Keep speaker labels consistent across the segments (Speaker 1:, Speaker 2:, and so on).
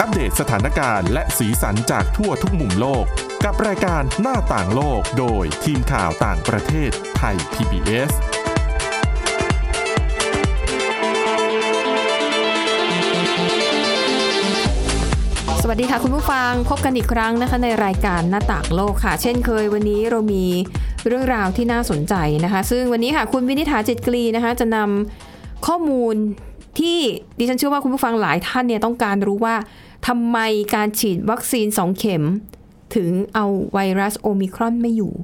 Speaker 1: อัปเดตสถานการณ์และสีสันจากทั่วทุกมุมโลก กับรายการหน้าต่างโลกโดยทีมข่าวต่างประเทศไทย PBS
Speaker 2: สวัสดีค่ะ คุณผู้ฟังพบกันอีกครั้งนะคะในรายการหน้าต่างโลกค่ะ เช่นเคยวันนี้เรามีเรื่องราวที่น่าสนใจนะคะ ซึ่งวันนี้ค่ะคุณวินิษฐาจิตกรีนะคะ จะนำข้อมูลที่ดิฉันเชื่อว่าคุณผู้ฟังหลายท่านเนี่ยต้องการรู้ว่าทำไมการฉีดวัคซีน 2 เข็ม ถึงเอาไวรัสโอมิครอนไม่อยู่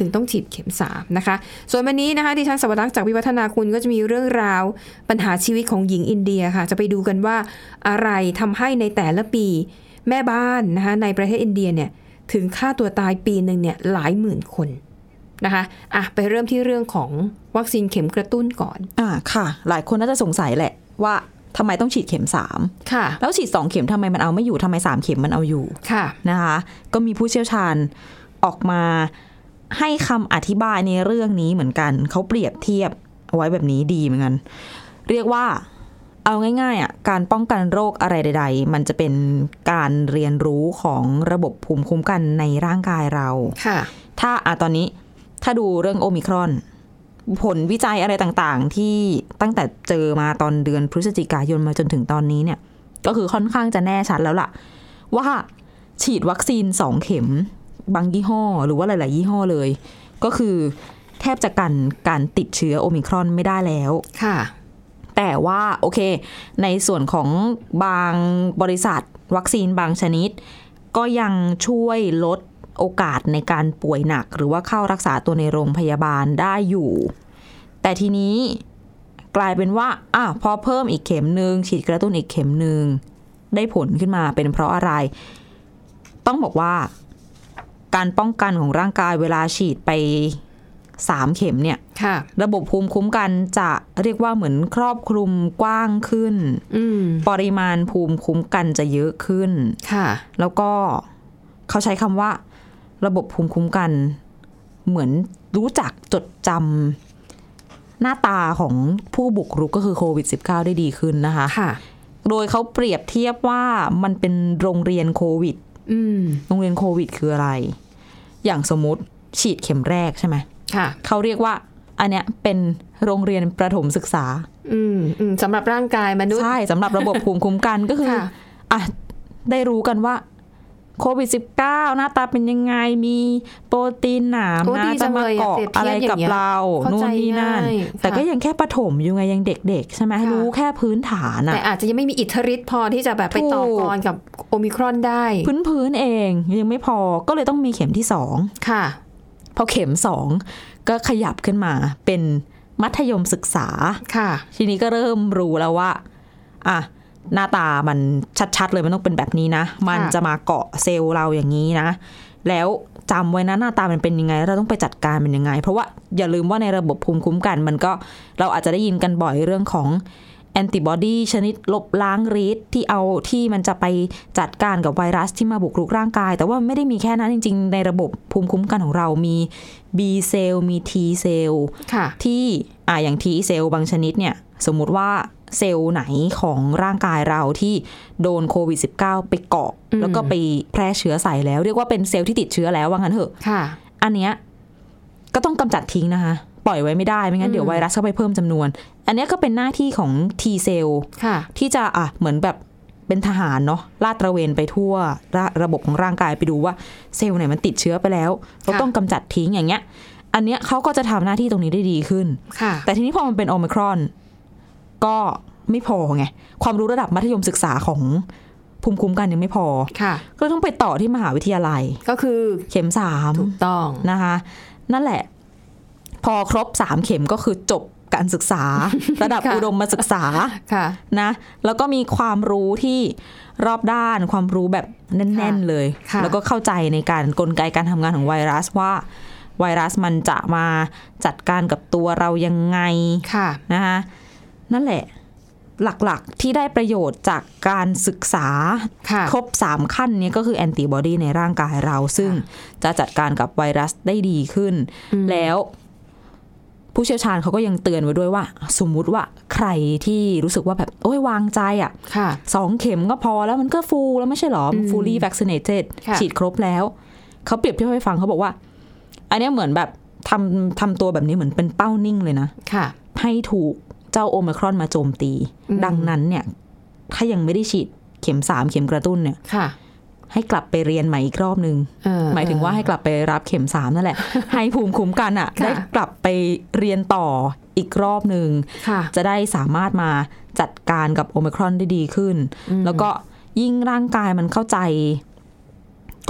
Speaker 2: ถึงต้องฉีดเข็ม 3 นะคะ ส่วนวันนี้นะคะดิฉันสวรักษ์จากวิวัฒนาคุณก็จะมีเรื่องราวปัญหาชีวิตของหญิงอินเดียค่ะ จะไปดูกันว่าอะไรทำให้ในแต่ละปี แม่บ้านนะคะในประเทศอินเดียเนี่ยถึงฆ่าตัวตายปีหนึ่งเนี่ยหลายหมื่นคนนะคะอ่ะไปเริ่มที่เรื่องของวัคซีนเข็มกระตุ้นก่อน
Speaker 3: อ่าค่ะ หลายคนน่าจะสงสัยแหละว่าทำไมต้องฉีดเข็ม 3
Speaker 2: ค่ะ
Speaker 3: แล้วฉีด 2 เข็มทำไมมันเอาไม่อยู่ทำไม 3 เข็มมันเอาอยู่
Speaker 2: ค่ะ
Speaker 3: นะคะ ก็มีผู้เชี่ยวชาญออกมาให้คำอธิบายในเรื่องนี้เหมือนกัน เขาเปรียบเทียบเอาไว้แบบนี้ดีเหมือนกัน เรียกว่าเอาง่ายๆอ่ะการป้องกันโรคอะไรใด ๆ มันจะเป็นการเรียนรู้ของระบบภูมิคุ้มกันในร่างกายเรา
Speaker 2: ค่ะ
Speaker 3: ถ้าอ่ะตอนนี้ถ้าดูเรื่องโอมิครอน ผลวิจัยอะไรต่างๆ ที่ตั้งแต่เจอมาตอนเดือนพฤศจิกายนมาจนถึงตอนนี้เนี่ย ก็คือค่อนข้างจะแน่ชัดแล้วล่ะ ว่าฉีดวัคซีนสองเข็ม บางยี่ห้อ หรือว่าหลาย ๆ ยี่ห้อเลย ก็คือแทบจะกันการติดเชื้อโอมิครอนไม่ได้แล้ว
Speaker 2: ค่ะ
Speaker 3: แต่ว่าโอเค ในส่วนของบางบริษัท วัคซีนบางชนิด ก็ยังช่วยลดโอกาสในการป่วยหนัก หรือว่าเข้ารักษาตัวในโรงพยาบาลได้อยู่ แต่ทีนี้กลายเป็นว่าอ่ะพอเพิ่มอีกเข็มหนึ่งฉีดกระตุ้นอีกเข็มหนึ่งได้ผลขึ้นมาเป็นเพราะอะไร ต้องบอกว่า การป้องกันของร่างกายเวลาฉีดไปสามเข็มเนี่ย
Speaker 2: ค่ะ
Speaker 3: ระบบภูมิคุ้มกันจะเรียกว่าเหมือนครอบคลุมกว้างขึ้น
Speaker 2: อืม
Speaker 3: ปริมาณภูมิคุ้มกันจะเยอะขึ้น
Speaker 2: ค่ะ
Speaker 3: แล้วก็เขาใช้คำว่า ระบบภูมิคุ้มกัน เหมือนรู้จักจดจำหน้าตาของผู้บุกรุกก็คือโควิด -19 ได้ดีขึ้นนะคะ
Speaker 2: ค่ะ
Speaker 3: โดยเขาเปรียบเทียบว่ามันเป็นโรงเรียนโควิด
Speaker 2: อืม
Speaker 3: โรงเรียนโควิด คืออะไร อย่างสมมติฉีดเข็มแรกใช่ไหม
Speaker 2: ค่ะ
Speaker 3: เขาเรียกว่า อันเนี้ยเป็นโรงเรียนประถมศึกษา
Speaker 2: อืมอืมสำหรับร่างกายมนุษย์
Speaker 3: ใช่สำหรับระบบภูมิคุ้มกันก็คือ
Speaker 2: ค่ะ
Speaker 3: อ่ะได้รู้กันว่าโควิด -19 หน้าตาเป็นยังไงมีโปรตีนหนาม
Speaker 2: โอ้
Speaker 3: นะ
Speaker 2: ดี
Speaker 3: จะ
Speaker 2: จัง
Speaker 3: มา
Speaker 2: เลยอะ
Speaker 3: เกาะ
Speaker 2: เปรียบ
Speaker 3: อะ
Speaker 2: เที
Speaker 3: ไร
Speaker 2: ยบอย่า
Speaker 3: กับ
Speaker 2: งเงี้ย
Speaker 3: เรา
Speaker 2: เข้า
Speaker 3: นู่
Speaker 2: ใจ
Speaker 3: นนี่นั่น
Speaker 2: ง่าย
Speaker 3: แต่ก็
Speaker 2: ค่ะ
Speaker 3: ยังแค่ประถมอยู่ไงยังเด็กๆ ใช่ไหม
Speaker 2: ค่ะ
Speaker 3: รู้แค่พื้นฐานอะ
Speaker 2: แต่อาจจะยังไม่มีอิทธิฤทธิ์พอที่จะแบบไปต่อ
Speaker 3: ถูก
Speaker 2: กรกับโอมิครอนได้
Speaker 3: พื้นพื้นๆเองยังไม่พอก็เลยต้องมีเข็มที่สอง
Speaker 2: ค่ะ
Speaker 3: พอเข็มสองก็ขยับขึ้นมาเป็นมัธยมศึกษา
Speaker 2: ค่ะ
Speaker 3: ทีนี้ก็เริ่มรู้แล้วว่า อ่ะ หน้าตามันชัดๆ เลยมันต้องเป็นแบบนี้นะ มัน
Speaker 2: ค่ะ
Speaker 3: จะมาเกาะเซลล์เราอย่างนี้นะ แล้วจำไว้นะหน้าตามันเป็นยังไงแล้วเราต้องไปจัดการมันยังไง เพราะว่าอย่าลืมว่าในระบบภูมิคุ้มกัน มันก็เราอาจจะได้ยินกันบ่อยเรื่องของแอนติบอดีชนิดลบล้างฤทธิ์ที่เอาที่มันจะไปจัดการกับไวรัสที่มาบุกรุกร่างกาย แต่ว่าไม่ได้มีแค่นั้นจริง ๆ ในระบบภูมิคุ้มกันของเรามี B เซลล์มี T เซลล์
Speaker 2: ค่ะ
Speaker 3: ที่อ่าอย่างทีเซลล์บางชนิดเนี่ย สมมุติว่าเซลล์ไหนของร่างกายเราที่โดนโควิด -19 ไปเกาะ
Speaker 2: อืม
Speaker 3: แล้วก็ไปแพร่เชื้อใส่แล้ว เรียกว่าเป็นเซลล์ที่ติดเชื้อแล้วว่างั้นเถอะ
Speaker 2: ค่ะ
Speaker 3: อันเนี้ยก็ต้องกำจัดทิ้งนะคะ ปล่อยไว้ไม่ได้ไม่งั้นเดี๋ยวไวรัสเข้าไปเพิ่มจำนวน อันเนี้ยก็เป็นหน้าที่ของ T เซลล์
Speaker 2: ค่ะ
Speaker 3: ที่จะอ่ะเหมือนแบบเป็นทหารเนาะลาดตระเวนไปทั่วระระบบของร่างกายไปดูว่าเซลล์ไหนมันติดเชื้อไปแล้วเรา
Speaker 2: ค่ะ
Speaker 3: ต้องกำจัดทิ้งอย่างเงี้ย อันเนี้ยเขาก็จะทำหน้าที่ตรงนี้ได้ดีขึ้น
Speaker 2: ค่ะ
Speaker 3: แต่ทีนี้พอมันเป็นโอมครอน ก็ไม่พอไง ความรู้ระดับมัธยมศึกษาของภูมิคุ้มกันยังไม่พอ
Speaker 2: ค่ะ
Speaker 3: ก็เลยต้องไปต่อที่มหาวิทยาลัย
Speaker 2: ก็คือ
Speaker 3: เข็มสาม
Speaker 2: ถูกต้อง
Speaker 3: นะคะ นั่นแหละ พอครบสามเข็มก็คือจบการศึก ษา ระดับ
Speaker 2: ค่ะ
Speaker 3: อุดมศึกษา
Speaker 2: ค่ะ
Speaker 3: นะแล้วก็มีความรู้ที่รอบด้านความรู้แบบแน่น
Speaker 2: ค่ะ
Speaker 3: ๆเลย
Speaker 2: ค่ะ
Speaker 3: แล้วก็เข้าใจในการกลไกการทำงานของไวรัสว่า ไวรัสมันจะมาจัดการกับตัวเรายังไง
Speaker 2: ค่ะ
Speaker 3: นะคะนั่นแหละหลักๆที่ได้ประโยชน์จากการศึกษา
Speaker 2: ค่ะ
Speaker 3: ครบ 3 ขั้นเนี้ก็คือแอนติบอดีในร่างกายเรา ซึ่งจะจัดการกับไวรัสได้ดีขึ้น แล้ว ผู้เชี่ยวชาญเขาก็ยังเตือนไว้ด้วยว่า สมมุติว่าใครที่รู้สึกว่าแบบโอ้ยวางใจอ่ะ
Speaker 2: ค่ะ
Speaker 3: สองเข็มก็พอแล้วมันก็ฟูแล้วไม่ใช่หรอ
Speaker 2: อืม
Speaker 3: ฟูลี่วัคซีเนเต็ด
Speaker 2: ค่ะ
Speaker 3: ฉีดครบแล้ว เขาเปรียบเทียบให้ฟังเขาบอกว่า อันเนี้ยเหมือนแบบทำทำตัวแบบนี้เหมือนเป็นเป้านิ่งเลยนะ
Speaker 2: ค่ะ
Speaker 3: ให้ถูกเจ้าโอมครอนมาโจมตี
Speaker 2: อืม
Speaker 3: ดังนั้นเนี่ย ถ้ายังไม่ได้ฉีดเข็มสามเข็มกระตุ้นเนี่ย
Speaker 2: ค่ะ
Speaker 3: ให้กลับไปเรียนใหม่อีกรอบนึง
Speaker 2: เอ่อ
Speaker 3: หมายถึงว่าให้กลับไปรับเข็มสามนั่น แหละ ให้ภูมิคุ้มกันอะ
Speaker 2: ค่ะ
Speaker 3: ได้กลับไปเรียนต่ออีกรอบหนึ่ง
Speaker 2: ค่ะ
Speaker 3: จะได้สามารถมาจัดการกับโอมครอนได้ดีขึ้น
Speaker 2: อืม
Speaker 3: แล้วก็ยิ่งร่างกายมันเข้าใจ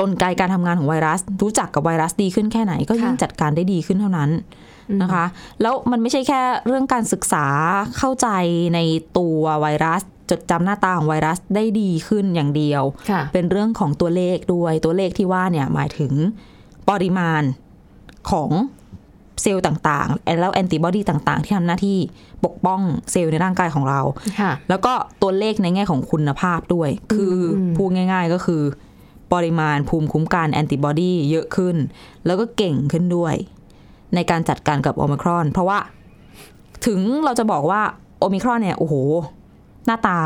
Speaker 3: กลไกการทำงานของไวรัส รู้จักกับไวรัสดีขึ้นแค่ไหน ก็ยิ่งจัดการได้ดีขึ้นเท่านั้น นะคะแล้วมันไม่ใช่แค่เรื่องการศึกษาเข้าใจในตัวไวรัส จดจำหน้าตาของไวรัสได้ดีขึ้นอย่างเดียว
Speaker 2: ค่ะ
Speaker 3: เป็นเรื่องของตัวเลขด้วยตัวเลขที่ว่าเนี่ยหมายถึงปริมาณของเซลล์ต่างๆ แล้วแอนติบอดีต่างๆ ที่ทำหน้าที่ปกป้องเซลล์ในร่างกายของเรา
Speaker 2: ค่ะ
Speaker 3: แล้วก็ตัวเลขในแง่ของคุณภาพด้วย คืออ
Speaker 2: ม
Speaker 3: พูดง่าย ๆก็คือ ปริมาณภูมิคุ้มกันแอนติบอดีเยอะขึ้น แล้วก็เก่งขึ้นด้วย ในการจัดการกับโอมิครอน เพราะว่าถึงเราจะบอกว่าโอมิครอนเนี่ย โอ้โห หน้าตา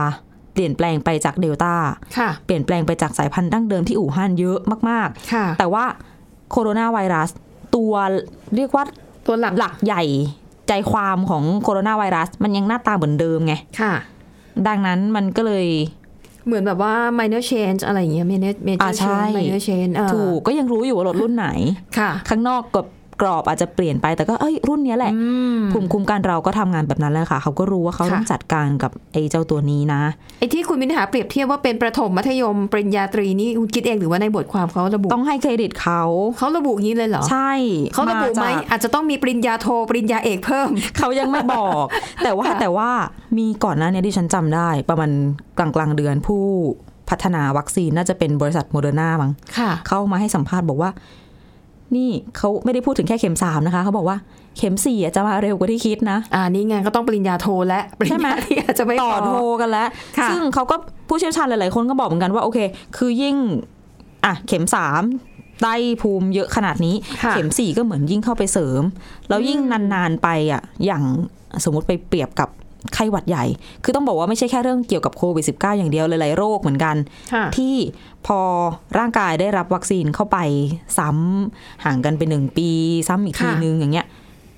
Speaker 3: เปลี่ยนแปลงไปจากเดลต้า
Speaker 2: ค่ะ
Speaker 3: เปลี่ยนแปลงไปจากสายพันธุ์ดั้งเดิมที่อู่ฮั่นเยอะมาก
Speaker 2: ค่ะ
Speaker 3: ๆ แต่ว่าโคโรนาไวรัส ตัวเรียกว่า
Speaker 2: ตัวหลัก
Speaker 3: หลักใหญ่ใจความของโคโรนาไวรัส มันยังหน้าตาเหมือนเดิมไง
Speaker 2: ค่ะ
Speaker 3: ดังนั้นมันก็เลย
Speaker 2: เหมือนแบบว่า minor change อะไรอย่างเงี้ย minor major
Speaker 3: อ่าใช่
Speaker 2: change minor change อ่า
Speaker 3: ถูกก็ยังรู้อยู่ว่ารถรุ่นไหน
Speaker 2: ค่ะ
Speaker 3: ข้างนอกกับกรอบอาจจะเปลี่ยนไปแต่ก็เอ้ยรุ่นเนี้ยแหละ
Speaker 2: อืม
Speaker 3: ภูมิคุ้มกันเราก็ทำงานแบบนั้นแหละค่ะ เขาก็รู้ว่าเขา
Speaker 2: ค่ะ
Speaker 3: ต้องจัดการกับไอ้เจ้าตัวนี้นะ
Speaker 2: ไอ้ที่คุณมินหาเปรียบเทียบว่าเป็นประถมมัธยมปริญญาตรีนี่คุณคิดเองหรือว่าในบทความเขาระบุ
Speaker 3: ต้องให้เครดิตเขา
Speaker 2: เขาระบุอย่างนี้เลยเหรอ
Speaker 3: ใช่
Speaker 2: เขาระบุไหม
Speaker 3: จก
Speaker 2: อาจจะต้องมีปริญญาโทรปริญญาเอกเพิ่ม
Speaker 3: เขายังไม่บอก แต่ว่า
Speaker 2: ค่ะ
Speaker 3: แต่ว่ามีก่อนหน้าเนี้ที่ฉันจำได้ ประมาณกลางกลางๆเดือนผู้พัฒนาวัคซีนน่าจะเป็นบริษัทโมเดอร์นามั้ง
Speaker 2: ค่ะ
Speaker 3: เข้ามาให้สัมภาษณ์บอกว่า นี่เขาไม่ได้พูดถึงแค่เข็มสามนะคะ เขาบอกว่าเข็มสี่อะจะมาเร็วกว่าที่คิดนะ
Speaker 2: อ่านี่ไงก็ต้องปริญญาโทและปริญ
Speaker 3: ใช่ไหม
Speaker 2: ญาที่อาจจะไม่พ
Speaker 3: ต่อโทรกันแล้ว
Speaker 2: ค่ะ
Speaker 3: ซึ่งเขาก็ผู้เชี่ยวชาญหลาย ๆ คนก็บอกเหมือนกันว่า โอเค คือยิ่ง อ่ะ เข็มสามได้ภูมิเยอะขนาดนี้
Speaker 2: ค่ะ
Speaker 3: เข็มสี่ก็เหมือนยิ่งเข้าไปเสริม แล้วยิ่งนาน ๆ ไปอ่ะ อย่างสมมติไปเปรียบกับไข้หวัดใหญ่ คือต้องบอกว่าไม่ใช่แค่เรื่องเกี่ยวกับโควิด -19 อย่างเดียว หลาย ๆ โรคเหมือนกัน
Speaker 2: ค่ะ
Speaker 3: ที่พอร่างกายได้รับวัคซีนเข้าไปซ้ำห่างกันไปหนึ่งปี ซ้ำอีกที
Speaker 2: ค่ะ
Speaker 3: นึงอย่างเงี้ย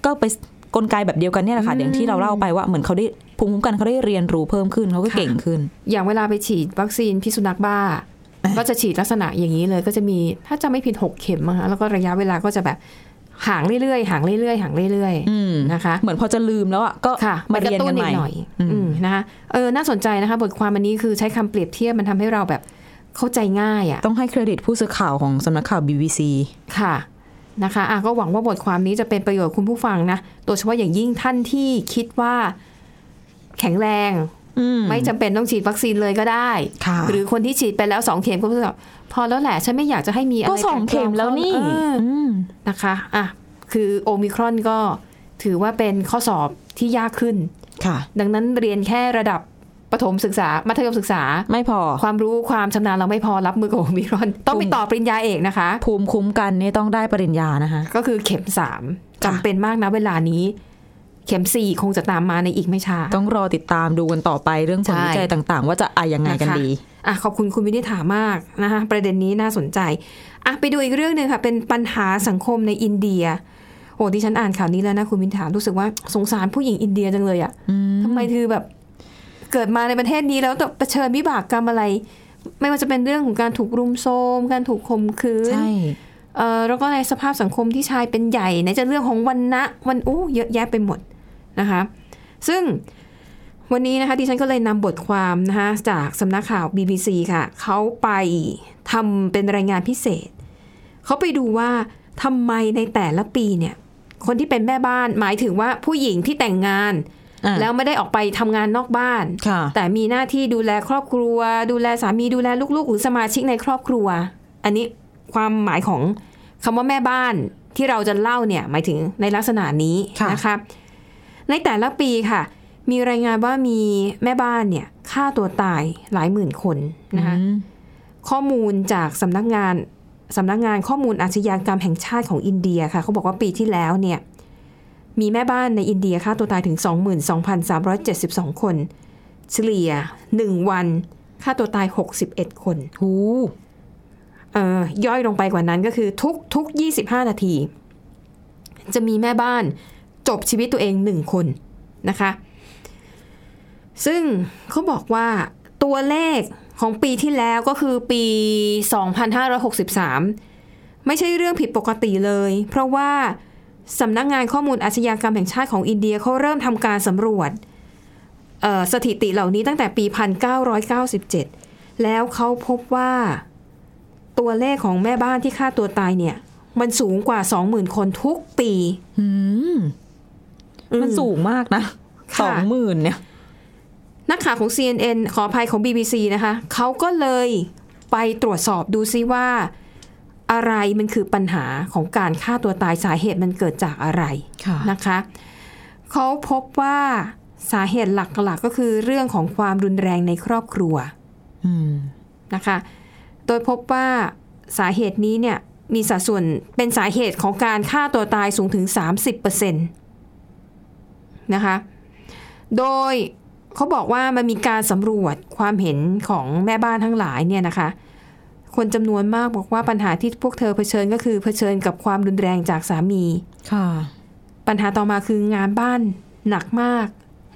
Speaker 3: ก็ไปกลไกแบบเดียวกันเนี่ยแหละค่ะ
Speaker 2: อืม
Speaker 3: อย่างที่เราเล่าไปว่าเหมือนเขาได้ภูมิคุ้มกันเขาได้เรียนรู้เพิ่มขึ้นเขาก็
Speaker 2: ค่ะ
Speaker 3: เก่งขึ้น
Speaker 2: อย่างเวลาไปฉีดวัคซีนพิษสุนัขบ้า ก็จะฉีดลักษณะอย่างนี้เลย ก็จะมีถ้าจะไม่ผิดหกเข็มนะคะแล้วก็ระยะเวลาก็จะแบบห่างเรื่อยๆห่างเรื่อยๆห่างเรื่อย
Speaker 3: อืม
Speaker 2: ๆนะคะ
Speaker 3: เหมือนพอจะลืมแล้วอ่ะก็
Speaker 2: ค่ะ
Speaker 3: มาเรียน
Speaker 2: กระ
Speaker 3: กัน
Speaker 2: ตุ้
Speaker 3: ใหม่
Speaker 2: อีหน่อย
Speaker 3: อืม
Speaker 2: อืมนะคะเออน่าสนใจนะคะ บทความอันนี้คือใช้คำเปรียบเทียบมันทำให้เราแบบเข้าใจง่ายอ่ะ
Speaker 3: ต้องให้เครดิตผู้สื่อข่าวของสำนักข่าว BBC
Speaker 2: ค่ะนะคะอ่ะก็หวังว่าบทความนี้จะเป็นประโยชน์คุณผู้ฟังนะโดยเฉพาะอย่างยิ่งท่านที่คิดว่า แข็งแรง
Speaker 3: อืม
Speaker 2: ไม่จำเป็นต้องฉีดวัคซีนเลยก็ได้
Speaker 3: ค่ะ
Speaker 2: หรือคนที่ฉีดไปแล้วสองเข็มก็รู้สึกว่าพอแล้วแหละฉันไม่อยากจะให้มีอะไร
Speaker 3: ก็สองเข็มแล้วนี่
Speaker 2: เออ
Speaker 3: อืม
Speaker 2: นะคะอ่ะคือโอมิครอนก็ถือว่าเป็นข้อสอบที่ยากขึ้น
Speaker 3: ค่ะ
Speaker 2: ดังนั้นเรียนแค่ระดับประถมศึกษา มัธยมศึกษา
Speaker 3: ไม่พอ
Speaker 2: ความรู้ความชำนาญเราไม่พอรับมือกับโอมิครอน ต้องไปต่อปริญญาเอกนะคะ
Speaker 3: ภูมิคุ้มกันนี่ต้องได้ปริญญานะคะ
Speaker 2: ก็คือเข็มสามจำเป็นมากนะเวลานี้ เข็มสี่คงจะตามมาในอีกไม่ช้า
Speaker 3: ต้องรอติดตามดูกันต่อไปเรื่องผลวิจัยต่างๆ ว่าจะอะยังไงกัน
Speaker 2: นะคะ
Speaker 3: ดี
Speaker 2: อ่ะขอบคุณคุณวินิษฐามากนะคะประเด็นนี้น่าสนใจอ่ะไปดูอีกเรื่องหนึ่งค่ะ เป็นปัญหาสังคมในอินเดียโอ้ดิฉันอ่านข่าวนี้แล้วนะคุณวินิษฐารู้สึกว่าสงสารผู้หญิงอินเดียจังเลยอะ่ะทำไมเธอแบบ เกิดมาในประเทศนี้แล้วต้องเผชิญวิบากกรรมอะไร ไม่ว่าจะเป็นเรื่องของการถูกรุมโทรมการถูกข่มขืน
Speaker 3: ใช่
Speaker 2: เอ่อแล้วก็ในสภาพสังคมที่ชายเป็นใหญ่ไหนจะเรื่องของวันนะวันอู้เยอะแยะไปหมดนะคะ ซึ่ง วันนี้นะคะดิฉันก็เลยนำบทความนะคะจากสำนักข่าว BBC ค่ะ เขาไปทำเป็นรายงานพิเศษ เขาไปดูว่าทำไมในแต่ละปีเนี่ย คนที่เป็นแม่บ้านหมายถึงว่าผู้หญิงที่แต่งงาน
Speaker 3: อ่ะ
Speaker 2: แล้วไม่ได้ออกไปทำงานนอกบ้าน
Speaker 3: ค่ะ
Speaker 2: แต่มีหน้าที่ดูแลครอบครัว ดูแลสามีดูแลลูกๆ หรือสมาชิกในครอบครัว อันนี้ความหมายของคำว่าแม่บ้านที่เราจะเล่าเนี่ยหมายถึงในลักษณะนี้
Speaker 3: ค่ะ
Speaker 2: นะคะ ในแต่ละปีค่ะ มีรายงานว่ามีแม่บ้านเนี่ยฆ่าตัวตายหลายหมื่นคนนะคะ
Speaker 3: อืม
Speaker 2: ข้อมูลจากสำนักงานสำนักงานข้อมูลอาชญากรรมแห่งชาติของอินเดียค่ะ เขาบอกว่าปีที่แล้วเนี่ย มีแม่บ้านในอินเดียฆ่าตัวตายถึง 22,372 คน เฉลี่ย 1 วันฆ่าตัวตาย 61 คน
Speaker 3: หู
Speaker 2: เอ่อย่อยลงไปกว่านั้นก็คือทุกทุก 25 นาที จะมีแม่บ้านจบชีวิตตัวเองหนึ่งคนนะคะ ซึ่งเขาบอกว่าตัวเลขของปีที่แล้วก็คือปี 2563 ไม่ใช่เรื่องผิดปกติเลย เพราะว่าสำนักงงานข้อมูลอาชญากรรมแห่งชาติของอินเดียเขาเริ่มทำการสำรวจเอ่อสถิติเหล่านี้ตั้งแต่ปี 1997 แล้วเขาพบว่า ตัวเลขของแม่บ้านที่ฆ่าตัวตายเนี่ย มันสูงกว่า 20,000 คนทุกปี
Speaker 3: หืมมันสูงมากนะ
Speaker 2: ค่ะ
Speaker 3: สองหมื่นเนี่ย
Speaker 2: นักข่าวของ CNN ขออภัยของ BBC นะคะ เขาก็เลยไปตรวจสอบดูซิว่า อะไรมันคือปัญหาของการฆ่าตัวตายสาเหตุมันเกิดจากอะไร
Speaker 3: ค่ะ
Speaker 2: นะคะ เขาพบว่าสาเหตุหลักๆก็คือเรื่องของความรุนแรงในครอบครัว
Speaker 3: อืม
Speaker 2: นะคะ โดยพบว่าสาเหตุนี้เนี่ยมีสัดส่วนเป็นสาเหตุของการฆ่าตัวตายสูงถึง 30%นะคะ โดยเขาบอกว่ามันมีการสำรวจความเห็นของแม่บ้านทั้งหลายเนี่ยนะคะ คนจำนวนมากบอกว่าปัญหาที่พวกเธอเผชิญก็คือเผชิญกับความรุนแรงจากสามี
Speaker 3: ค่ะ
Speaker 2: ปัญหาต่อมาคืองานบ้านหนักมาก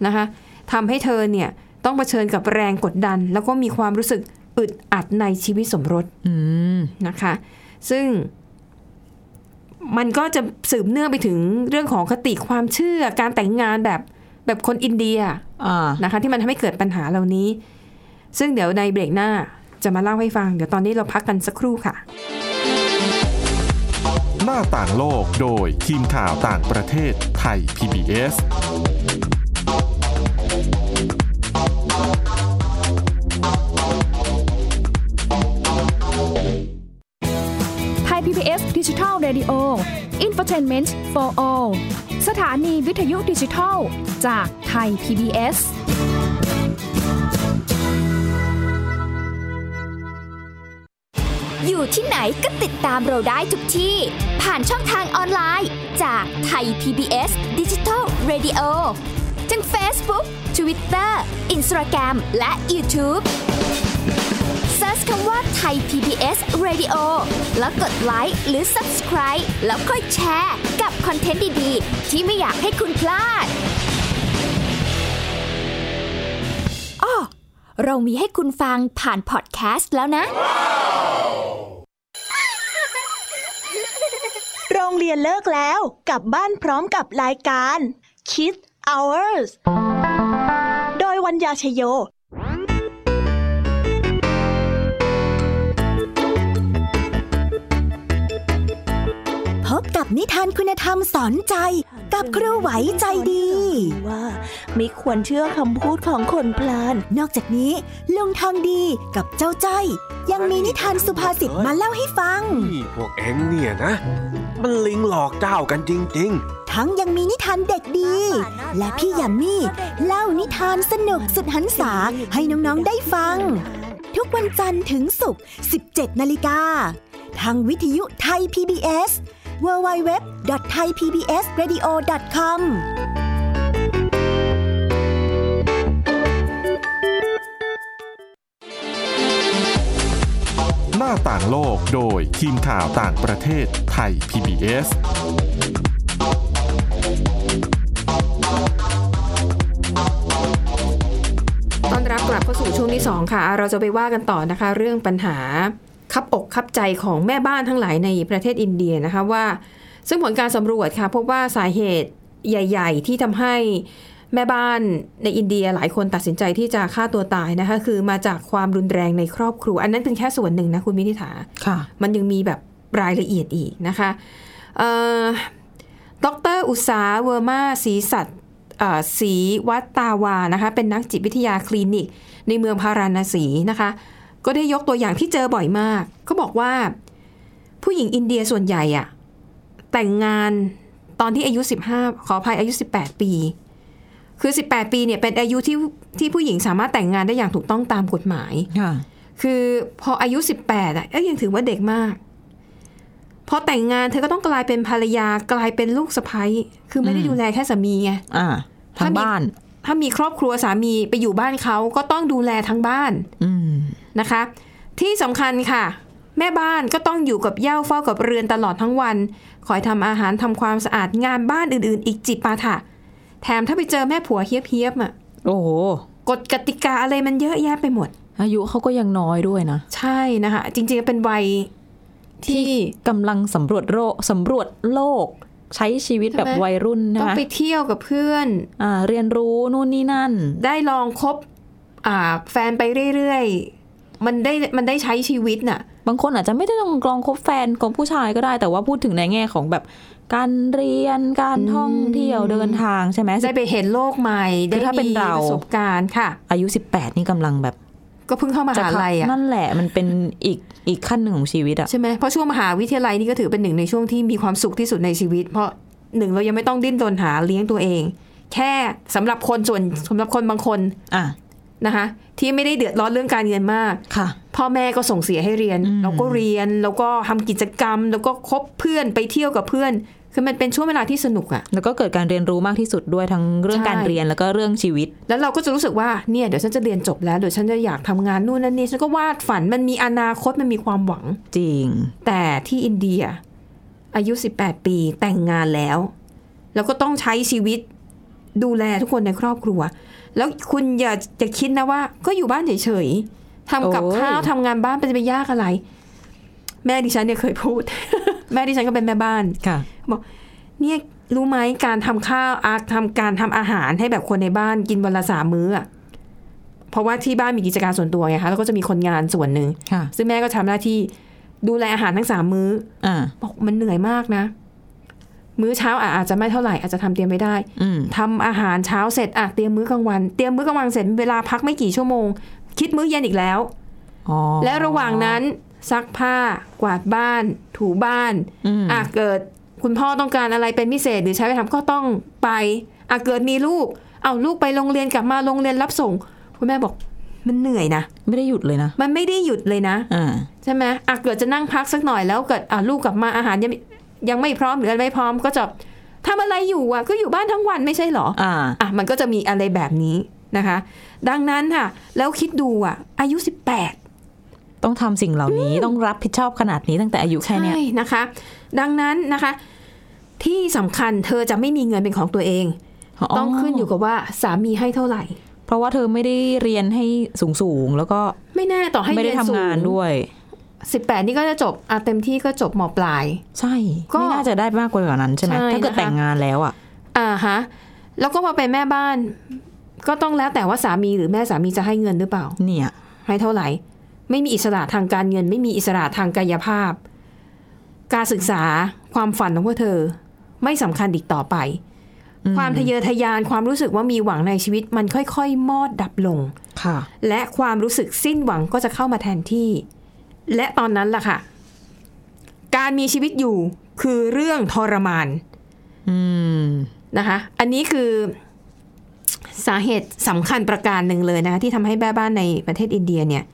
Speaker 2: นะคะทำให้เธอเนี่ยต้องเผชิญกับแรงกดดัน แล้วก็มีความรู้สึกอึดอัดในชีวิตสมรส
Speaker 3: อืม
Speaker 2: นะคะ ซึ่งมันก็จะสืบเนื่องไปถึงเรื่องของคติความเชื่อการแต่งงานแบบแบบคนอินเดีย
Speaker 3: อ่า
Speaker 2: นะคะที่มันทำให้เกิดปัญหาเหล่านี้ ซึ่งเดี๋ยวในเบรกหน้าจะมาเล่าให้ฟัง เดี๋ยวตอนนี้เราพักกันสักครู่ค่ะ
Speaker 1: หน้าต่างโลกโดยทีมข่าวต่างประเทศไทย PBS
Speaker 4: ไทย PBS Digital Radio Infotainment for All สถานีวิทยุดิจิทัลจากไทย PBS
Speaker 5: อยู่ที่ไหนก็ติดตามเราได้ทุกที่ ผ่านช่องทางออนไลน์ จากไทย PBS Digital Radio ทั้ง Facebook Twitter Instagram และ YouTube Search คำว่าไทย PBS Radio แล้วกดไลค์หรือ Subscribe แล้วค่อยแชร์กับคอนเทนต์ดี ๆ ที่ไม่อยากให้คุณพลาดอ้อเรามีให้คุณฟังผ่านพอดแคสต์แล้วนะ
Speaker 6: โรงเรียนเลิกแล้วกลับบ้านพร้อมกับรายการ Kids Hours โดยวัญญาชยโย
Speaker 7: พบกับนิทานคุณธรรมสอนใจ กับครูไหวใจดี
Speaker 6: ว่าไม่ควรเชื่อคำพูดของคนพลาน
Speaker 7: นอกจากนี้ลุงทองดีกับเจ้าใจอยยังมีนิทานสุภาษิตมาเล่าให้ฟัง
Speaker 8: นี่พวกเอ็งเนี่ยนะ มันลิงหลอกเจ้ากันจริง
Speaker 7: ทั้งยังมีนิทานเด็กดี และพี่ยามี่เล่านิทานสนุกสุดหันษาให้น้องๆได้ฟัง ทุกวันจันทร์ถึงศุกร์ 17 นาฬิกา ทางวิทยุไทย PBS www.thaipbsradio.com
Speaker 1: หน้าต่างโลกโดยทีมข่าวต่างประเทศไทย PBS
Speaker 2: ต้อนรับกลับเข้าสู่ช่วงที่ 2 ค่ะ เราจะไปว่ากันต่อนะคะ เรื่องปัญหาคับอกคับใจของแม่บ้านทั้งหลายในประเทศอินเดียนะคะว่า ซึ่งผลการสำรวจค่ะพบว่าสาเหตุใหญ่ ๆ ที่ทำให้แม่บ้านในอินเดียหลายคนตัดสินใจที่จะฆ่าตัวตายนะคะคือมาจากความรุนแรงในครอบครัว อันนั้นเป็นแค่ส่วนหนึ่งนะคุณมินิถา
Speaker 3: ค่ะ
Speaker 2: มันยังมีแบบรายละเอียดอีกนะคะเอ่อดรอุตสาเวอร์มาศรีสัตว์เอ่อศรีวัตตาวานะคะ เป็นนักจิตวิทยาคลินิก ในเมืองพาราณสีนะคะ ก็ได้ยกตัวอย่างที่เจอบ่อยมากเขาบอกว่าผู้หญิงอินเดียส่วนใหญ่อะแต่งงานตอนที่อายุ 15 ขออภัยอายุ 18 ปี คือ 18 ปีเนี่ยเป็นอายุที่ที่ผู้หญิงสามารถแต่งงานได้อย่างถูกต้องตามกฎหมาย
Speaker 3: ค่ะ
Speaker 2: คือพออายุ 18อ่ะเอ๊ยยังถือว่าเด็กมาก พอแต่งงานเธอก็ต้องกลายเป็นภรรยากลายเป็นลูกสะใภ้คือไม่ได้ดูแลแค่สามีไง
Speaker 3: อ่า
Speaker 2: ถ้า
Speaker 3: ทาง
Speaker 2: มี
Speaker 3: บ้าน
Speaker 2: ถ้ามีครอบครัวสามีไปอยู่บ้านเขาก็ต้องดูแลทั้งบ้าน
Speaker 3: อืม
Speaker 2: นะคะ ที่สำคัญค่ะ แม่บ้านก็ต้องอยู่กับเหย้าเฝ้ากับเรือนตลอดทั้งวัน คอยทำอาหารทำความสะอาดงานบ้านอื่นๆ อีกจิปาถะแถมถ้าไปเจอแม่ผัวเฮี้ยบๆอ่ะ
Speaker 3: โอ้โห
Speaker 2: กฎกติกาอะไรมันเยอะแยะไปหมด
Speaker 3: อายุเขาก็ยังน้อยด้วยนะ
Speaker 2: ใช่นะคะ จริงๆเป็นวัยที่
Speaker 3: กำลังสำรวจโลกสำรวจโลก ใช้ชีวิต
Speaker 2: ใช่ไหม
Speaker 3: แบบวัยรุ่นนะ
Speaker 2: ต้อง
Speaker 3: คะ
Speaker 2: ไปเที่ยวกับเพื่อน
Speaker 3: อ่า เรียนรู้นู่นนี่นั่น
Speaker 2: ได้ลองคบอ่าแฟนไปเรื่อยๆ มันได้มันได้ใช้ชีวิตน่ะ
Speaker 3: บางคนอาจจะไม่ได้ต้องลองคบแฟนของผู้ชายก็ได้ แต่ว่าพูดถึงในแง่ของแบบ การเรียนการท่องเที่ยวเดินทางใช่ไหม
Speaker 2: ได้ไปเห็นโลกใหม่ ได้
Speaker 3: ถ้าเป็
Speaker 2: มี
Speaker 3: นเรา
Speaker 2: ประสบการณ์ค่ะ
Speaker 3: อายุ 18 นี่กำลังแบบ
Speaker 2: ก็เพิ่งเข้ามหาลัยอ่ะ
Speaker 3: นั่นแหละมันเป็นอีกอีกขั้นหนึ่งของชีวิตอะ
Speaker 2: ใช่ไหมเพราะช่วงมหาวิทยาลัยนี่ก็ถือเป็นหนึ่งในช่วงที่มีความสุขที่สุดในชีวิต เพราะหนึ่งเรายังไม่ต้องดิ้นรนหาเลี้ยงตัวเอง แค่สำหรับคนส่วนสำหรับคนบางคน
Speaker 3: อ่ะ
Speaker 2: นะคะ ที่ไม่ได้เดือดร้อนเรื่องการเงินมาก
Speaker 3: ค่ะ
Speaker 2: พ่อแม่ก็ส่งเสียให้เรียน
Speaker 3: อืม
Speaker 2: เราก็เรียนแล้วก็ทำกิจกรรม แล้วก็คบเพื่อนไปเที่ยวกับเพื่อน คือมันเป็นช่วงเวลาที่สนุกอะ
Speaker 3: แล้วก็เกิดการเรียนรู้มากที่สุดด้วยทั้งเรื่อง
Speaker 2: ใช่
Speaker 3: การเรียนแล้วก็เรื่องชีวิต
Speaker 2: แล้วเราก็จะรู้สึกว่าเนี่ยเดี๋ยวฉันจะเรียนจบแล้วเดี๋ยวฉันจะอยากทำงานนู่นนั่นนี่ฉันก็วาดฝันมันมีอนาคตมันมีความหวัง
Speaker 3: จริง
Speaker 2: แต่ที่อินเดีย อายุ 18 ปีแต่งงานแล้ว แล้วก็ต้องใช้ชีวิตดูแลทุกคนในครอบครัว แล้วคุณอย่าจะคิดนะว่า ก็อยู่บ้านเฉยๆทำกับ
Speaker 3: โอ้ย
Speaker 2: ข้าวทำงานบ้านเป็นไปยากอะไร แม่ดิฉันเนี่ยเคยพูด แม่ดิฉันก็เป็นแม่บ้าน
Speaker 3: ค่ะ
Speaker 2: บอกเนี่ยรู้ไหมการทำข้าวอาทำการทำอาหารให้แบบคนในบ้านกินวันละสามมื้ออะเพราะว่าที่บ้านมีกิจการส่วนตัวไงคะแล้วก็จะมีคนงานส่วนหนึ่ง
Speaker 3: ค่ะ
Speaker 2: ซึ่งแม่ก็ทำหน้าที่ดูแลอาหารทั้งสามมื้อ
Speaker 3: อ่า
Speaker 2: บอกมันเหนื่อยมากนะ มื้อเช้าอะอาจจะไม่เท่าไหร่อาจจะทำเตรียมไม่ได้
Speaker 3: อืม
Speaker 2: ทำอาหารเช้าเสร็จอะเตรียมมื้อกลางวันเตรียมมื้อกลางวันเสร็จเวลาพักไม่กี่ชั่วโมง คิดมื้อเย็นอีกแล้ว
Speaker 3: อ๋อ
Speaker 2: และระหว่างนั้นซักผ้ากวาดบ้าน ถูบ้าน
Speaker 3: อืม
Speaker 2: อ่ะเกิดคุณพ่อต้องการอะไรเป็นพิเศษหรือใช้ไปทำก็ต้องไปอ่ะเกิดมีลูก เอาลูกไปโรงเรียนกลับมาโรงเรียนรับส่ง คุณแม่บอกมันเหนื่อยนะ
Speaker 3: ไม่ได้หยุดเลยนะ
Speaker 2: มันไม่ได้หยุดเลยนะ
Speaker 3: อ่า
Speaker 2: ใช่ไหมอ่ะเกิดจะนั่งพักสักหน่อยแล้วเกิดอ่ะลูกกลับมาอาหารยังยังไม่พร้อมหรืออะไรไม่พร้อมก็จะทำอะไรอยู่อ่ะก็อยู่บ้านทั้งวันไม่ใช่เหรอ
Speaker 3: อ่า
Speaker 2: อ่ะมันก็จะมีอะไรแบบนี้นะคะ ดังนั้นค่ะ แล้วคิดดูอ่ะ อายุ 18
Speaker 3: ต้องทำสิ่งเหล่านี้ต้องรับผิดชอบขนาดนี้ตั้งแต่อายุแค่เนี้ย
Speaker 2: ใช่นะคะ ดังนั้นนะคะที่สำคัญเธอจะไม่มีเงินเป็นของตัวเอง ต้องขึ้นอยู่กับว่าสามีให้เท่าไหร่
Speaker 3: เพราะว่าเธอไม่ได้เรียนให้สูงสูงๆแล้วก็
Speaker 2: ไม่แน่ต่อให้
Speaker 3: ไม่ได้
Speaker 2: เรียน
Speaker 3: ทำ
Speaker 2: สู
Speaker 3: งานด้วย
Speaker 2: สิบแปดนี่ก็จะจบอ่ะเต็มที่ก็จบมปลาย
Speaker 3: ใช่
Speaker 2: ก็
Speaker 3: ไม่น่าจะได้มากกว่านั้นใช่ไหม
Speaker 2: ใช่
Speaker 3: ถ้าเกิด
Speaker 2: นะคะ
Speaker 3: แต่งงานแล้วอ่ะ
Speaker 2: อ่าฮะแล้วก็พอเป็นแม่บ้าน ก็ต้องแล้วแต่ว่าสามีหรือแม่สามีจะให้เงินหรือเปล่า
Speaker 3: เนี่ย
Speaker 2: ให้เท่าไหร่ ไม่มีอิสระทางการเงิน ไม่มีอิสระทางกายภาพ การศึกษาความฝันของพวกเธอ ไม่สำคัญอีกต่อไป ความทะเยอทะยานความรู้สึกว่ามีหวังในชีวิตมันค่อยๆ มอดดับลง
Speaker 3: ค่ะ
Speaker 2: และความรู้สึกสิ้นหวังก็จะเข้ามาแทนที่ และตอนนั้นล่ะค่ะ การมีชีวิตอยู่คือเรื่องทรมาน
Speaker 3: อืม
Speaker 2: นะคะ อันนี้คือสาเหตุสำคัญประการหนึ่งเลยนะคะที่ทำให้แม่บ้านในประเทศอินเดียเนี่ย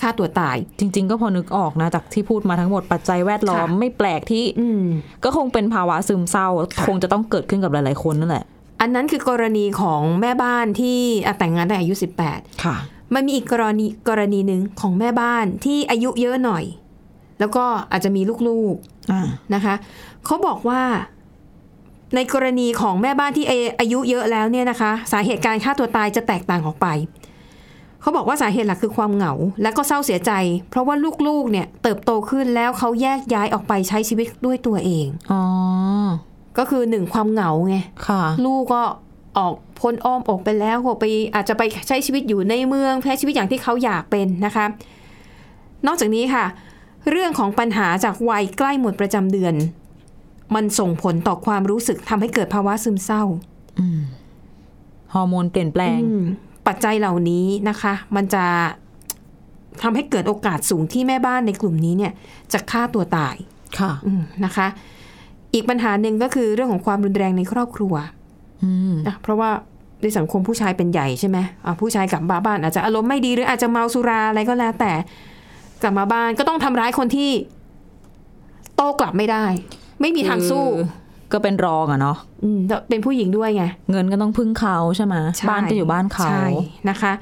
Speaker 2: ฆ่าตัวตาย
Speaker 3: จริง ๆ ก็พอนึกออกนะจากที่พูดมาทั้งหมดปัจจัยแวดล้อม
Speaker 2: ค่ะ
Speaker 3: ไม่แปลกที่
Speaker 2: อืม
Speaker 3: ก็คงเป็นภาวะซึมเศร้า
Speaker 2: ค่ะ
Speaker 3: คงจะต้องเกิดขึ้นกับหลาย ๆ คนนั่นแหละ
Speaker 2: อันนั้นคือกรณีของแม่บ้านที่อ่ะแต่งงานตั้งแต่อายุ 18
Speaker 3: ค่ะ
Speaker 2: มันมีอีกกรณีกรณีหนึ่งของแม่บ้านที่อายุเยอะหน่อย แล้วก็อาจจะมีลูก
Speaker 3: อ่า
Speaker 2: ๆนะคะเขาบอกว่าในกรณีของแม่บ้านที่เออายุเยอะแล้วเนี่ยนะคะ สาเหตุการฆ่าตัวตายจะแตกต่างออกไปเขาบอกว่าสาเหตุหลักคือความเหงา และก็เศร้าเสียใจ เพราะว่าลูกๆเนี่ยเติบโตขึ้นแล้วเขาแยกย้ายออกไปใช้ชีวิตด้วยตัวเอง
Speaker 3: อ๋อ
Speaker 2: ก็คือหนึ่งความเหงาไง
Speaker 3: ค่ะ
Speaker 2: ลูกก็ออกพ้นอ้อมอกไปแล้วก็ไปอาจจะไปใช้ชีวิตอยู่ในเมืองใช้ชีวิตอย่างที่เขาอยากเป็นนะคะ นอกจากนี้ค่ะ เรื่องของปัญหาจากวัยใกล้หมดประจำเดือน มันส่งผลต่อความรู้สึกทำให้เกิดภาวะซึมเศร้า
Speaker 3: อืม ฮอร์โมนเปลี่ยนแปลง
Speaker 2: อืมปัจจัยเหล่านี้นะคะ มันจะทำให้เกิดโอกาสสูงที่แม่บ้านในกลุ่มนี้เนี่ยจะฆ่าตัวตาย
Speaker 3: ค่ะ
Speaker 2: อืมนะคะ อีกปัญหาหนึ่งก็คือเรื่องของความรุนแรงในครอบครัว
Speaker 3: อืม
Speaker 2: นะเพราะว่าในสังคมผู้ชายเป็นใหญ่ใช่ไหมอ่ะผู้ชายกลับมาบ้านอาจจะอารมณ์ไม่ดีหรืออาจจะเมาสุราอะไรก็แล้วแต่ กลับมาบ้านก็ต้องทำร้ายคนที่ โต ต้กลับไม่ได้ ไม่มีทางสู้
Speaker 3: คือก็เป็นรองอะเนาะ
Speaker 2: มแล้วเป็นผู้หญิงด้วยไง
Speaker 3: เงินก็ต้องพึ่งเขาใช่ไหม
Speaker 2: ใช่
Speaker 3: บ้านก็อยู่บ้านเขา
Speaker 2: ใช่นะคะ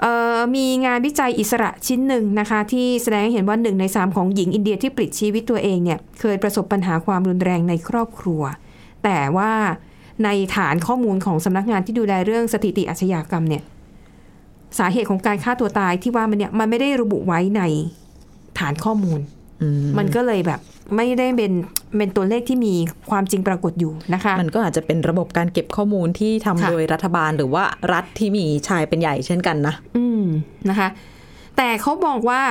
Speaker 2: เอ่อมีงานวิจัยอิสระชิ้นหนึ่งนะคะ ที่แสดงให้เห็นว่าหนึ่งในสามของหญิงอินเดียที่ปลิดชีวิตตัวเองเนี่ยเคยประสบปัญหาความรุนแรงในครอบครัว แต่ว่าในฐานข้อมูลของสำนักงานที่ดูแลเรื่องสถิติอาชญากรรมเนี่ยสาเหตุของการฆ่าตัวตายที่ว่ามันเนี่ยมันไม่ได้ระบุไว้ในฐานข้อมูล
Speaker 3: อืม
Speaker 2: มันก็เลยแบบไม่ได้เป็นเป็นตัวเลขที่มีความจริงปรากฏอยู่นะคะ
Speaker 3: มันก็อาจจะเป็นระบบการเก็บข้อมูลที่ทำ
Speaker 2: ค่ะ
Speaker 3: โดยรัฐบาลหรือว่ารัฐที่มีชายเป็นใหญ่เช่นกันนะ
Speaker 2: อืมนะคะ แต่เขาบอกว่า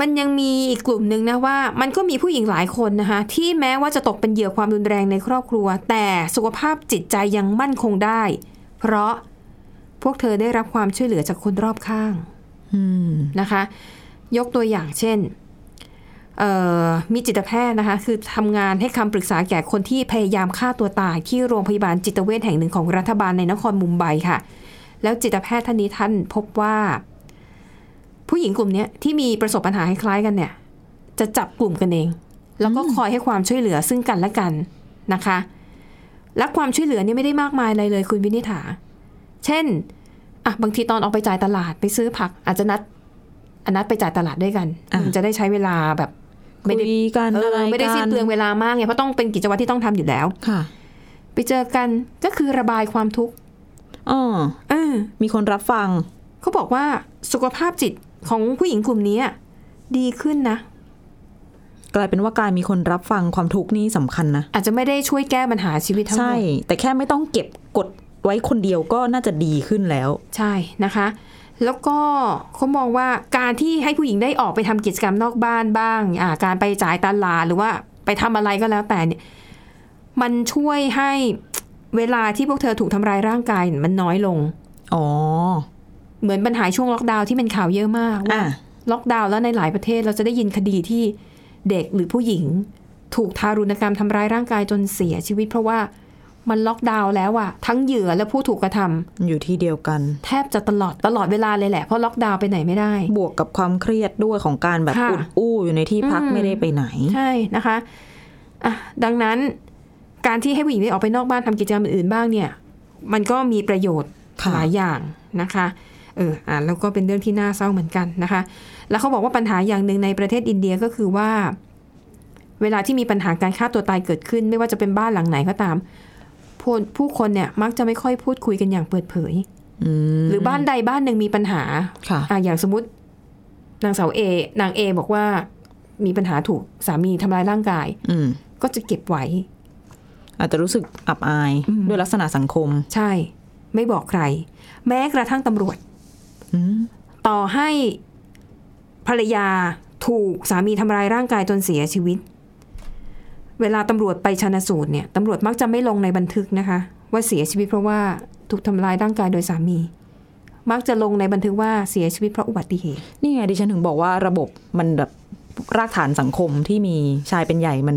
Speaker 2: มันยังมีอีกกลุ่มหนึ่งนะว่า มันก็มีผู้หญิงหลายคนนะคะ ที่แม้ว่าจะตกเป็นเหยื่อความรุนแรงในครอบครัว แต่สุขภาพจิตใจยังมั่นคงได้ เพราะพวกเธอได้รับความช่วยเหลือจากคนรอบข้าง
Speaker 3: อืม
Speaker 2: นะคะยกตัวอย่างเช่นเอ่อมีจิตแพทย์นะคะคือทำงานให้คำปรึกษาแก่คนที่พยายามฆ่าตัวตาย ที่โรงพยาบาลจิตเวชแห่งหนึ่งของรัฐบาลในนครมุมไบค่ะ แล้วจิตแพทย์ท่านนี้ท่านพบว่า ผู้หญิงกลุ่มเนี้ยที่มีประสบปัญหาคล้ายๆกันเนี่ย จะจับกลุ่มกันเอง แล้วก็คอยให้ความช่วยเหลือซึ่งกันและกันนะคะ และความช่วยเหลือเนี่ยไม่ได้มากมายอะไรเลยคุณวินิษฐา เช่นอ่ะบางทีตอนออกไปจ่ายตลาดไปซื้อผัก อาจจะนัด อันนัดไปจ่ายตลาดด้วยกัน
Speaker 3: อ่ะ
Speaker 2: มันจะได้ใช้เวลาแบบ ไม่ได้
Speaker 3: คุยกัน
Speaker 2: เอ
Speaker 3: อะไร
Speaker 2: อไม่ได้สิ้นเปลืองเวลามากไงเพราะต้องเป็นกิจวัตรที่ต้องทำอยู่แล้ว
Speaker 3: ค่ะ
Speaker 2: ไปเจอกันก็คือระบายความทุกข์
Speaker 3: อ๋อ
Speaker 2: เออ
Speaker 3: มีคนรับฟัง
Speaker 2: เขาบอกว่าสุขภาพจิตของผู้หญิงกลุ่มนี้ดีขึ้นนะ
Speaker 3: กลายเป็นว่าการมีคนรับฟังความทุกข์นี่สำคัญนะ
Speaker 2: อาจจะไม่ได้ช่วยแก้ปัญหาชีวิตทั้งหม
Speaker 3: ใช่
Speaker 2: ด
Speaker 3: แต่แค่ไม่ต้องเก็บกดไว้คนเดียวก็น่าจะดีขึ้นแล้ว
Speaker 2: ใช่นะคะ แล้วก็เขามองว่าการที่ให้ผู้หญิงได้ออกไปทำกิจกรรมนอกบ้านบ้างอ่าการไปจ่ายตลาดหรือว่าไปทำอะไรก็แล้วแต่เนี่ย มันช่วยให้เวลาที่พวกเธอถูกทำร้ายร่างกายมันน้อยลง
Speaker 3: อ๋อ
Speaker 2: เหมือนปัญหาช่วงล็อกดาวน์ที่เป็นข่าวเยอะมากว่า
Speaker 3: อ่ะ
Speaker 2: ล็อกดาวน์แล้วในหลายประเทศเราจะได้ยินคดีที่เด็กหรือผู้หญิง ถูกทารุณกรรมทำร้ายร่างกายจนเสียชีวิต เพราะว่ามันล็อกดาวน์แล้วอะทั้งเหยื่อและผู้ถูกกระทำ
Speaker 3: อยู่ที่เดียวกัน
Speaker 2: แทบจะตลอดตลอดเวลาเลยแหละ เพราะล็อกดาวน์ไปไหนไม่ได้
Speaker 3: บวกกับความเครียดด้วยของการแบบ
Speaker 2: ค่ะ
Speaker 3: อุดอู้อยู่ในที่พัก
Speaker 2: อืม
Speaker 3: ไม่ได้ไปไหน
Speaker 2: ใช่นะคะอ่ะดังนั้นการที่ให้ผู้หญิงได้ออกไปนอกบ้านทำกิจกรรมอื่นๆบ้างเนี่ย มันก็มีประโยชน์
Speaker 3: ค่ะ
Speaker 2: หลายอย่างนะคะเอออ่ะแล้วก็เป็นเรื่องที่น่าเศร้าเหมือนกันนะคะ แล้วเขาบอกว่าปัญหาอย่างหนึ่งในประเทศอินเดียก็คือว่า เวลาที่มีปัญหาการฆ่าตัวตายเกิดขึ้น ไม่ว่าจะเป็นบ้านหลังไหนก็ตามผู้ผู้คนเนี่ยมักจะไม่ค่อยพูดคุยกันอย่างเปิดเผย
Speaker 3: อืม
Speaker 2: หรือบ้านใดบ้านหนึ่งมีปัญหา
Speaker 3: ค่ะ
Speaker 2: อ่ะอย่างสมมตินางสาวเอนางเอบอกว่ามีปัญหาถูกสามีทำร้ายร่างกาย
Speaker 3: อืม
Speaker 2: ก็จะเก็บไว้
Speaker 3: อาจจะรู้สึกอับอาย
Speaker 2: อืม
Speaker 3: ด้วยลักษณะสังคม
Speaker 2: ใช่ ไม่บอกใคร แม้กระทั่งตำรวจ
Speaker 3: อืม
Speaker 2: ต่อให้ภรรยาถูกสามีทำร้ายร่างกายจนเสียชีวิต เวลาตำรวจไปชันสูตรเนี่ยตำรวจมักจะไม่ลงในบันทึกนะคะ ว่าเสียชีวิตเพราะว่าถูกทำร้ายร่างกายโดยสามี มักจะลงในบันทึกว่าเสียชีวิตเพราะอุบัติเหตุ
Speaker 3: นี่ไงดิฉันถึงบอกว่าระบบมันแบบรากฐานสังคมที่มีชายเป็นใหญ่มัน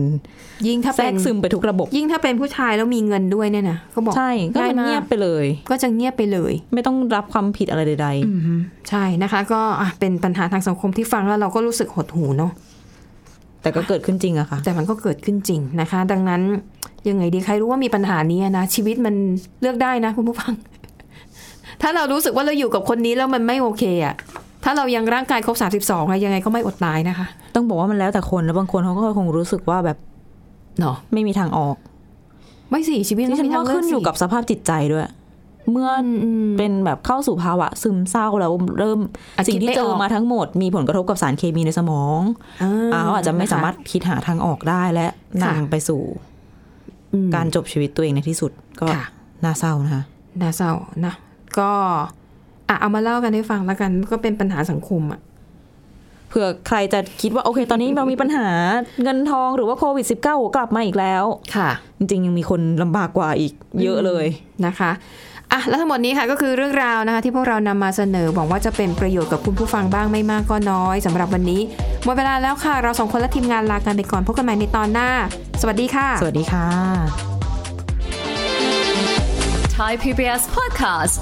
Speaker 2: ยิ่งถ้า
Speaker 3: แทร
Speaker 2: เป็
Speaker 3: ก
Speaker 2: น
Speaker 3: ซึมไปทุกระบบ
Speaker 2: ยิ่งถ้าเป็นผู้ชายแล้วมีเงินด้วยเนี่ยนะเขาบอก
Speaker 3: ใช่ ก็
Speaker 2: ง่าย
Speaker 3: มัน
Speaker 2: มาก
Speaker 3: เงียบไปเลย
Speaker 2: ก็จะเงียบไปเลย
Speaker 3: ไม่ต้องรับความผิดอะไรใด
Speaker 2: ใช่นะคะ ก็อ่ะเป็นปัญหาทางสังคมที่ฟังแล้วเราก็รู้สึกหดหูเนาะ
Speaker 3: ๆ แต่ก็เกิดขึ้นจริงอะค่ะ
Speaker 2: แต่มันก็เกิดขึ้นจริงนะคะ ดังนั้นยังไงดีใครรู้ว่ามีปัญหานี้นะชีวิตมันเลือกได้นะคุณผู้ฟัง ถ้าเรารู้สึกว่าเราอยู่กับคนนี้แล้วมันไม่โอเคอะถ้าเรายังร่างกายครบสามสิบสองยังไงก็ไม่อดตายนะคะ
Speaker 3: ต้องบอกว่ามันแล้วแต่คนนะบางคนเขาก็คงรู้สึกว่าแบบ
Speaker 2: เนาะ
Speaker 3: ไม่มีทางออก
Speaker 2: ไม่สิชีวิต
Speaker 3: ดิ
Speaker 2: มั
Speaker 3: ฉัน
Speaker 2: มีทา
Speaker 3: ว่าง
Speaker 2: เลื
Speaker 3: ขึ้นอยู่
Speaker 2: สิ
Speaker 3: กับสภาพจิตใจด้วย เมื่อ
Speaker 2: อืมอืม
Speaker 3: เป็นแบบเข้าสู่ภาวะซึมเศร้าแล้วเริ่ม
Speaker 2: อ่ะ
Speaker 3: สิ่
Speaker 2: คิด
Speaker 3: งที่
Speaker 2: ไม่
Speaker 3: เจ
Speaker 2: อ
Speaker 3: อ
Speaker 2: อก
Speaker 3: มาทั้งหมด มีผลกระทบกับสารเคมีในสมองอ่าเขาอาจจะไม่
Speaker 2: นค
Speaker 3: สามารถคิดหาทางออกได้และนำ
Speaker 2: ค่ะ
Speaker 3: ไปสู่
Speaker 2: อืม
Speaker 3: การจบชีวิตตัวเองในที่สุดก็
Speaker 2: ค่ะ
Speaker 3: น่าเศร้านะคะ
Speaker 2: น่าเศร้านะก็อ่ะเอามาเล่ากันให้ฟังแล้วกันก็เป็นปัญหาสังคมอ่ะ
Speaker 3: เผื่อใครจะคิดว่า โอเค ตอนนี้เรามีปัญหาเงินทองหรือว่าโควิด -19 กลับมาอีกแล้ว
Speaker 2: ค่ะ
Speaker 3: จริงๆ ยังมีคนลำบากกว่าอีกเยอะเลย
Speaker 2: นะคะอ่ะแล้วทั้งหมดนี้ค่ะก็คือเรื่องราวนะคะที่พวกเรานำมาเสนอหวังว่าจะเป็นประโยชน์กับคุณผู้ฟังบ้างไม่มากก็น้อยสำหรับวันนี้หมดเวลาแล้วค่ะ เราสองคนและทีมงานลากันไปก่อนพบกันใหม่ในตอนหน้า สวัสดีค่ะ
Speaker 3: สวัสดีค่ะ
Speaker 9: Thai PBS podcast.